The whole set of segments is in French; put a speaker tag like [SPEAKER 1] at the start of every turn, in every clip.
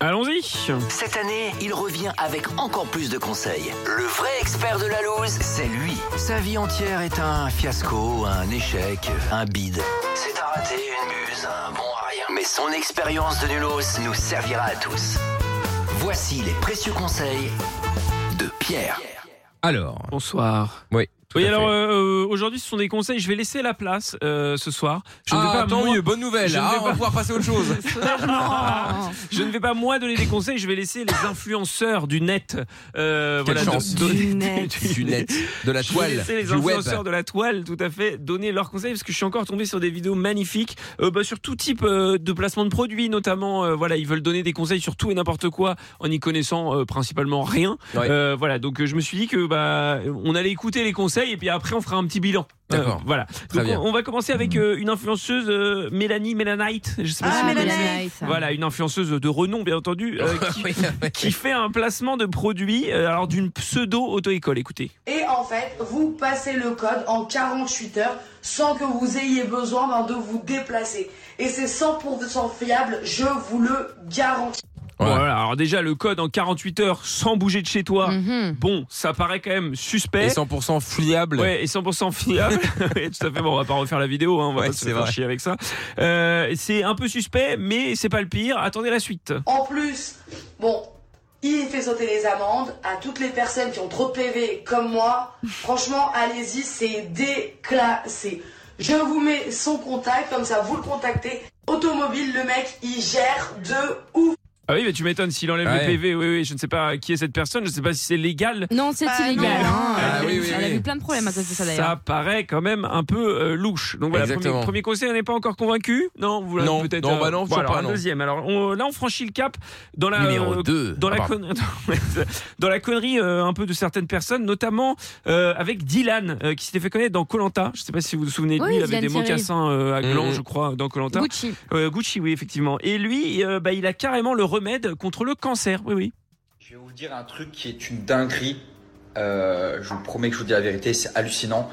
[SPEAKER 1] Allons-y
[SPEAKER 2] Cette année, il revient avec encore plus de conseils. Le vrai expert de la loose, c'est lui. Sa vie entière est un fiasco, un échec, un bide. C'est un raté, une muse, un bon à rien. Mais son expérience de nulos nous servira à tous. Voici les précieux conseils de Pierre.
[SPEAKER 3] Alors,
[SPEAKER 1] Bonsoir.
[SPEAKER 3] oui. tout
[SPEAKER 1] Oui,
[SPEAKER 3] à
[SPEAKER 1] alors
[SPEAKER 3] fait.
[SPEAKER 1] euh, euh, aujourd'hui, ce sont des conseils. Je vais laisser la place euh, ce soir. Je ne vais
[SPEAKER 3] Ah,
[SPEAKER 1] pas,
[SPEAKER 3] tant
[SPEAKER 1] moi-
[SPEAKER 3] mieux, bonne nouvelle.
[SPEAKER 1] je ne
[SPEAKER 3] Ah,
[SPEAKER 1] vais
[SPEAKER 3] on
[SPEAKER 1] pas-
[SPEAKER 3] va pouvoir passer à autre chose.
[SPEAKER 1] Ah,
[SPEAKER 4] Ah,
[SPEAKER 1] Je ne vais pas moi donner des conseils, je vais laisser les influenceurs du net. euh,
[SPEAKER 3] Quelle
[SPEAKER 1] voilà,
[SPEAKER 3] chance.
[SPEAKER 1] don-
[SPEAKER 4] Du net.
[SPEAKER 3] du net, de la
[SPEAKER 1] Je vais
[SPEAKER 3] toile,
[SPEAKER 1] laisser les
[SPEAKER 3] du web.
[SPEAKER 1] influenceurs de la toile, tout à fait, donner leurs conseils parce que je suis encore tombé sur des vidéos magnifiques euh, bah, sur tout type euh, de placement de produits, notamment. euh, voilà, ils veulent donner des conseils sur tout et n'importe quoi en y connaissant euh, principalement rien.
[SPEAKER 3] Ouais.
[SPEAKER 1] Euh, voilà, donc euh, je me suis dit que bah on allait écouter les conseils et puis après on fera un petit bilan. Euh,
[SPEAKER 3] D'accord.
[SPEAKER 1] voilà.
[SPEAKER 3] Très
[SPEAKER 1] Donc,
[SPEAKER 3] bien. Mm.
[SPEAKER 1] on, on va commencer avec euh, une influenceuse, euh, Mélanie Mélanite. Je sais pas
[SPEAKER 4] Ah,
[SPEAKER 1] si vous
[SPEAKER 4] Mélanie.
[SPEAKER 1] connaissez. Voilà, une influenceuse de renom, bien entendu, euh, qui,
[SPEAKER 3] Oui,
[SPEAKER 1] qui fait un placement de produits euh, alors d'une pseudo-auto-école. Écoutez.
[SPEAKER 5] Et en fait, vous passez le code en 48 heures sans que vous ayez besoin ben, de vous déplacer. Et c'est 100% fiable, je vous le garantis.
[SPEAKER 3] Ouais.
[SPEAKER 1] Bon, voilà, alors déjà, le code en 48 heures sans bouger de chez toi,
[SPEAKER 4] Mhm.
[SPEAKER 1] bon, ça paraît quand même
[SPEAKER 3] Et
[SPEAKER 1] suspect.
[SPEAKER 3] 100% fliable.
[SPEAKER 1] Ouais, et 100% fiable. Ouais, tout à fait. Bon, on va pas refaire la vidéo, hein, on va
[SPEAKER 3] Ouais,
[SPEAKER 1] pas se
[SPEAKER 3] c'est
[SPEAKER 1] faire
[SPEAKER 3] vrai.
[SPEAKER 1] chier avec ça. Euh, c'est un peu suspect, mais c'est pas le pire. Attendez la suite.
[SPEAKER 5] En plus, bon, il fait sauter les amendes à toutes les personnes qui ont trop de PV comme moi. Franchement, allez-y, c'est déclassé. Je vous mets son contact, comme ça vous le contactez. Automobile, le mec, il gère de ouf.
[SPEAKER 1] Ah oui, mais tu m'étonnes s'il enlève
[SPEAKER 3] Ouais.
[SPEAKER 1] les PV. Oui, oui, je ne sais pas qui est cette personne, je ne sais pas si c'est légal.
[SPEAKER 4] Non, c'est
[SPEAKER 6] Bah,
[SPEAKER 4] illégal.
[SPEAKER 6] non.
[SPEAKER 4] hein.
[SPEAKER 3] Ah,
[SPEAKER 4] elle
[SPEAKER 3] oui, oui,
[SPEAKER 4] elle a
[SPEAKER 3] oui.
[SPEAKER 4] eu plein de problèmes à cause de ça
[SPEAKER 1] Ça
[SPEAKER 4] d'ailleurs.
[SPEAKER 1] paraît quand même un peu euh, louche. Donc voilà, premier,
[SPEAKER 3] Exactement.
[SPEAKER 1] premier conseil, on n'est pas encore convaincu. Non, vous l'avez
[SPEAKER 3] Non,
[SPEAKER 1] peut-être.
[SPEAKER 3] non, bah non,
[SPEAKER 1] bon,
[SPEAKER 3] toujours
[SPEAKER 1] alors,
[SPEAKER 3] pas,
[SPEAKER 1] un
[SPEAKER 3] non.
[SPEAKER 1] Deuxième. Alors on- là, on franchit le cap dans la euh,
[SPEAKER 3] Numéro Ah, 2.
[SPEAKER 1] dans la, conne- dans la connerie euh, un peu de certaines personnes, notamment euh, avec Dylan euh, qui s'était fait connaître dans Colanta. Je ne sais pas si vous vous souvenez de
[SPEAKER 4] Oui,
[SPEAKER 1] lui, il avait
[SPEAKER 4] Dylan
[SPEAKER 1] des
[SPEAKER 4] Thierry.
[SPEAKER 1] mocassins euh, à gland,
[SPEAKER 3] Mhm.
[SPEAKER 1] je crois, dans Colanta. Gucci.
[SPEAKER 4] Gucci.
[SPEAKER 1] Gucci, oui, effectivement. Et lui, euh, bah, il a carrément le remède contre le cancer. Oui, oui.
[SPEAKER 7] Je vais vous dire un truc qui est une dinguerie. Euh, je vous promets que je vous dis la vérité, c'est hallucinant.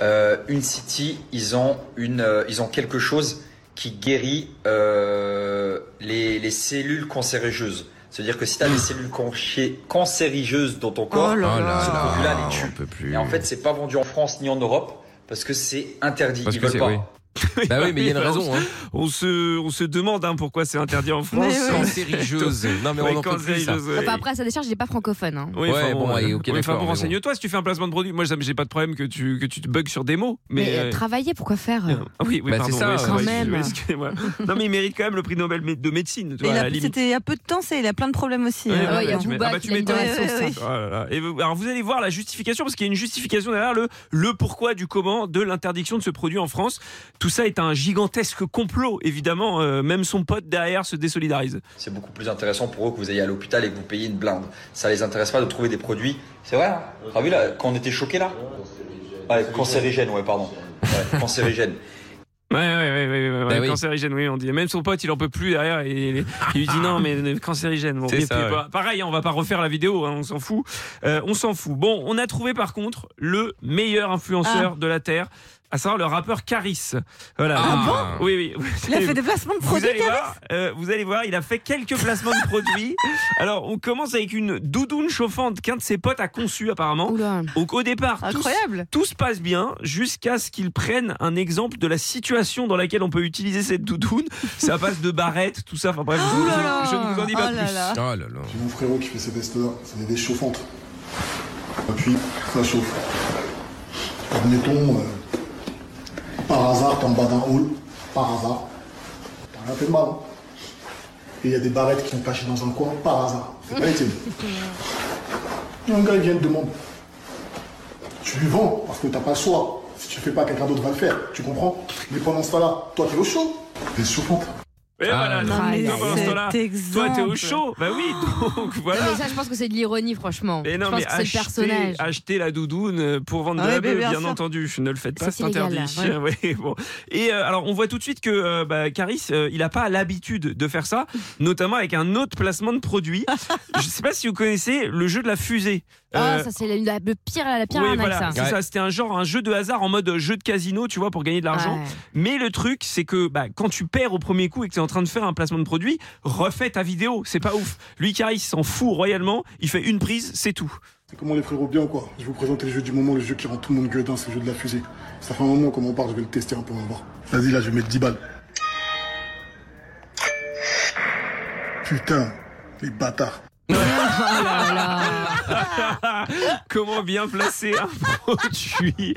[SPEAKER 7] Euh, une City, ils ont une, euh, ils ont quelque chose qui guérit euh, les, les cellules cancérigeuses. C'est-à-dire que si tu as des cellules canché- cancérigeuses dans ton corps,
[SPEAKER 3] Ah. Oh là
[SPEAKER 7] ce
[SPEAKER 3] là,
[SPEAKER 7] produit-là les
[SPEAKER 3] on
[SPEAKER 7] tue.
[SPEAKER 3] peut plus.
[SPEAKER 7] Et en fait, c'est pas vendu en France ni en Europe parce que c'est interdit.
[SPEAKER 3] Parce
[SPEAKER 7] ils
[SPEAKER 3] que
[SPEAKER 7] veulent
[SPEAKER 3] c'est
[SPEAKER 7] pas.
[SPEAKER 3] oui. Bah oui, mais il y a une raison. Hein.
[SPEAKER 1] On se, on se demande hein, pourquoi c'est interdit en France.
[SPEAKER 3] Cancérigeuse. Non, mais
[SPEAKER 1] Ouais,
[SPEAKER 3] on en peut plus. ça.
[SPEAKER 1] cancérigeuse, ouais.
[SPEAKER 4] Enfin, Ah, bah, après, à sa décharge, il n'est pas francophone. hein.
[SPEAKER 1] Oui,
[SPEAKER 3] Ouais,
[SPEAKER 1] enfin,
[SPEAKER 3] bon, allez, ok,
[SPEAKER 1] oui, enfin,
[SPEAKER 3] d'accord,
[SPEAKER 1] bon,
[SPEAKER 3] mais bon.
[SPEAKER 1] renseigne-toi si tu fais un placement de produit. Moi, ça me- j'ai pas de problème que tu, que tu te bugs sur des mots. Mais,
[SPEAKER 4] Mais, euh,
[SPEAKER 1] euh,
[SPEAKER 4] travailler, pourquoi faire euh
[SPEAKER 1] ah oui, oui,
[SPEAKER 3] Bah,
[SPEAKER 1] pardon,
[SPEAKER 3] c'est ça,
[SPEAKER 1] oui,
[SPEAKER 4] quand
[SPEAKER 1] vrai,
[SPEAKER 4] même.
[SPEAKER 1] excusez-moi. Non, mais il mérite quand même le prix Nobel mé- de médecine. Tu
[SPEAKER 6] Et
[SPEAKER 1] vois,
[SPEAKER 6] il
[SPEAKER 1] à
[SPEAKER 6] a-
[SPEAKER 1] la limite.
[SPEAKER 6] C'était il y a peu de temps, ça, il a plein de problèmes aussi.
[SPEAKER 1] Ouais,
[SPEAKER 6] hein.
[SPEAKER 1] ouais,
[SPEAKER 4] ouais, il y a
[SPEAKER 1] tu mets-
[SPEAKER 4] Bouba
[SPEAKER 1] ah bah,
[SPEAKER 4] qui
[SPEAKER 1] tu
[SPEAKER 4] l'a mis dans
[SPEAKER 1] m'étonnes.
[SPEAKER 4] la sauce,
[SPEAKER 6] Ouais, ouais,
[SPEAKER 4] hein.
[SPEAKER 1] Oh là là. Et vous- alors vous allez voir la justification parce qu'il y a une justification derrière le le pourquoi du comment de l'interdiction de ce produit en France. Tout ça est un gigantesque complot évidemment. euh, même son pote derrière se désolidarise.
[SPEAKER 7] C'est beaucoup plus intéressant pour eux que vous ayez à l'hôpital et que vous payiez une blinde. Ça les intéresse pas de trouver des produits. C'est vrai, hein T'as vu là, quand on était choqués là Ouais, cancérigène, ouais, pardon. Ouais, cancérigène.
[SPEAKER 1] Ouais ouais ouais, ouais, ouais, ouais,
[SPEAKER 3] Bah oui.
[SPEAKER 1] cancérigène oui on dit. Même son pote il en peut plus derrière et il, il lui dit non mais euh, cancérigène. Bon,
[SPEAKER 3] Ah. C'est
[SPEAKER 1] et
[SPEAKER 3] ça,
[SPEAKER 1] puis,
[SPEAKER 3] ouais.
[SPEAKER 1] bah, pareil hein, on va pas refaire la vidéo hein, on s'en fout. Euh, on s'en fout. Bon on a trouvé par contre le meilleur influenceur
[SPEAKER 6] Ah.
[SPEAKER 1] de la terre à savoir le rappeur Caris. Voilà.
[SPEAKER 3] Ah bon
[SPEAKER 1] oui oui.
[SPEAKER 6] Il a fait des placements de
[SPEAKER 1] Vous
[SPEAKER 6] produits.
[SPEAKER 1] allez, voir, euh, vous allez voir, il a fait quelques placements de produits. Alors, on commence avec une doudoune chauffante qu'un de ses potes a conçue, apparemment.
[SPEAKER 4] Oula.
[SPEAKER 1] Donc, au départ, tout,
[SPEAKER 6] Incroyable.
[SPEAKER 1] tout se passe bien jusqu'à ce qu'il prenne un exemple de la situation dans laquelle on peut utiliser cette doudoune. Ça passe de barrette, tout ça. Enfin, bref, je,
[SPEAKER 6] Oh
[SPEAKER 1] vous-
[SPEAKER 6] là là.
[SPEAKER 1] je ne vous en dis pas
[SPEAKER 6] Oh
[SPEAKER 1] plus.
[SPEAKER 6] là là.
[SPEAKER 3] Oh là là.
[SPEAKER 8] C'est mon frérot qui fait ces tests-là, c'est des chauffantes. Appuie, ça chauffe. Admettons, euh, par hasard, t'es en bas d'un hall, par hasard, t'as rien fait de mal. hein. Et il y a des barrettes qui sont cachées dans un coin, par hasard. C'est pas les tiennes. Un gars il vient te demande. Tu lui vends parce que t'as pas le choix. Si tu fais pas, quelqu'un d'autre va le faire. Tu comprends Mais pendant ce temps-là, toi t'es au chaud. Des chauffantes.
[SPEAKER 1] Et
[SPEAKER 3] Ah,
[SPEAKER 1] voilà,
[SPEAKER 6] Non,
[SPEAKER 1] donc,
[SPEAKER 6] mais
[SPEAKER 1] donc, pendant ce
[SPEAKER 6] Ah, cet
[SPEAKER 1] temps-là, toi,
[SPEAKER 6] exemple.
[SPEAKER 1] t'es au chaud. Bah oui, donc voilà.
[SPEAKER 4] Non, mais ça, je pense que c'est de l'ironie, franchement.
[SPEAKER 1] Mais
[SPEAKER 4] je
[SPEAKER 1] non,
[SPEAKER 4] pense
[SPEAKER 1] mais ah,
[SPEAKER 4] que c'est le
[SPEAKER 1] achetez,
[SPEAKER 4] personnage.
[SPEAKER 1] achetez la doudoune euh, pour vendre
[SPEAKER 6] Ah
[SPEAKER 1] de la
[SPEAKER 6] oui,
[SPEAKER 1] beuh,
[SPEAKER 6] bien
[SPEAKER 1] bien
[SPEAKER 6] sûr.
[SPEAKER 1] entendu. Ne le faites pas, c'est
[SPEAKER 4] C'est illégal,
[SPEAKER 1] interdit. Ouais, bon. Et euh, alors, on voit tout de suite que euh, bah, Caris, euh, il n'a pas l'habitude de faire ça, notamment avec un autre placement de produit. Je ne sais pas si vous connaissez le jeu de la fusée.
[SPEAKER 4] Ah,
[SPEAKER 1] Euh,
[SPEAKER 4] ça, c'est la, la- le pire, la pire
[SPEAKER 1] oui,
[SPEAKER 4] arnaque,
[SPEAKER 1] voilà,
[SPEAKER 4] ça.
[SPEAKER 1] c'est ça, c'était un genre, un jeu de hasard en mode jeu de casino, tu vois, pour gagner de l'argent.
[SPEAKER 4] Ouais.
[SPEAKER 1] Mais le truc, c'est que bah, quand tu perds au premier coup et que tu es en train de faire un placement de produit, refais ta vidéo, c'est pas ouf. Lui, Caris, il s'en fout royalement, il fait une prise, c'est tout.
[SPEAKER 8] C'est comment les frérots bien ou quoi Je vais vous présenter le jeu du moment, le jeu qui rend tout le monde gueudin, c'est le jeu de la fusée. Ça fait un moment qu'on m'en parle, je vais le tester un peu, on va voir. Vas-y là, je vais mettre 10 balles. Putain, les bâtards.
[SPEAKER 4] Oh là là.
[SPEAKER 1] Comment bien placer un produit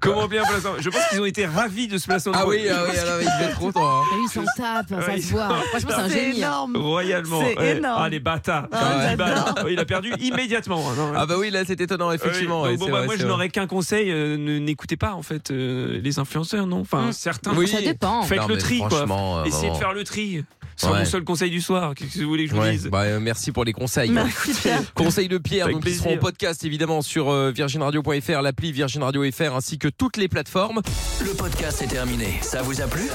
[SPEAKER 1] Comment bien placer un- Je pense qu'ils ont été ravis de ce placement de
[SPEAKER 3] Ah
[SPEAKER 1] produit.
[SPEAKER 3] oui, ah oui, alors il devait être content. hein.
[SPEAKER 4] Lui, il s'en tape, ça
[SPEAKER 1] Oui.
[SPEAKER 4] se voit. Franchement, c'est un
[SPEAKER 6] C'est
[SPEAKER 4] génie. hein.
[SPEAKER 6] énorme.
[SPEAKER 1] Royalement.
[SPEAKER 6] C'est
[SPEAKER 1] ouais.
[SPEAKER 6] énorme.
[SPEAKER 1] Ah, les bâtards.
[SPEAKER 6] Ah,
[SPEAKER 1] Dix balles.
[SPEAKER 6] j'adore.
[SPEAKER 1] Ouais, il a perdu immédiatement. hein, Non, ouais.
[SPEAKER 3] Ah bah oui, là c'est étonnant, effectivement.
[SPEAKER 1] Oui,
[SPEAKER 3] ouais,
[SPEAKER 1] donc bon,
[SPEAKER 3] c'est
[SPEAKER 1] bah,
[SPEAKER 3] vrai,
[SPEAKER 1] moi,
[SPEAKER 3] c'est
[SPEAKER 1] je
[SPEAKER 3] vrai.
[SPEAKER 1] n'aurais qu'un conseil euh, ne- n'écoutez pas, en fait, euh, les influenceurs, non Enfin,
[SPEAKER 4] Mm.
[SPEAKER 1] certains.
[SPEAKER 3] Oui.
[SPEAKER 4] Ça dépend.
[SPEAKER 1] Faites
[SPEAKER 3] Non,
[SPEAKER 1] le
[SPEAKER 3] mais
[SPEAKER 1] tri, quoi.
[SPEAKER 3] franchement, euh,
[SPEAKER 1] Essayez de
[SPEAKER 3] vraiment.
[SPEAKER 1] faire le tri. C'est mon
[SPEAKER 3] Ouais.
[SPEAKER 1] seul conseil du soir. Qu'est-ce que vous voulez que je vous
[SPEAKER 3] Ouais,
[SPEAKER 1] dise
[SPEAKER 3] bah, euh, merci pour les conseils.
[SPEAKER 6] Merci Pierre.
[SPEAKER 3] Conseils de Pierre,
[SPEAKER 1] Avec
[SPEAKER 3] donc ils
[SPEAKER 1] plaisir.
[SPEAKER 3] seront en podcast évidemment sur euh, virginradio.fr, l'appli Virgin Radio FR ainsi que toutes les plateformes.
[SPEAKER 2] Le podcast est terminé. Ça vous a plu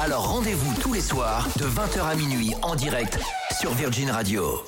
[SPEAKER 2] Alors rendez-vous tous les soirs de 20h à minuit en direct sur Virgin Radio.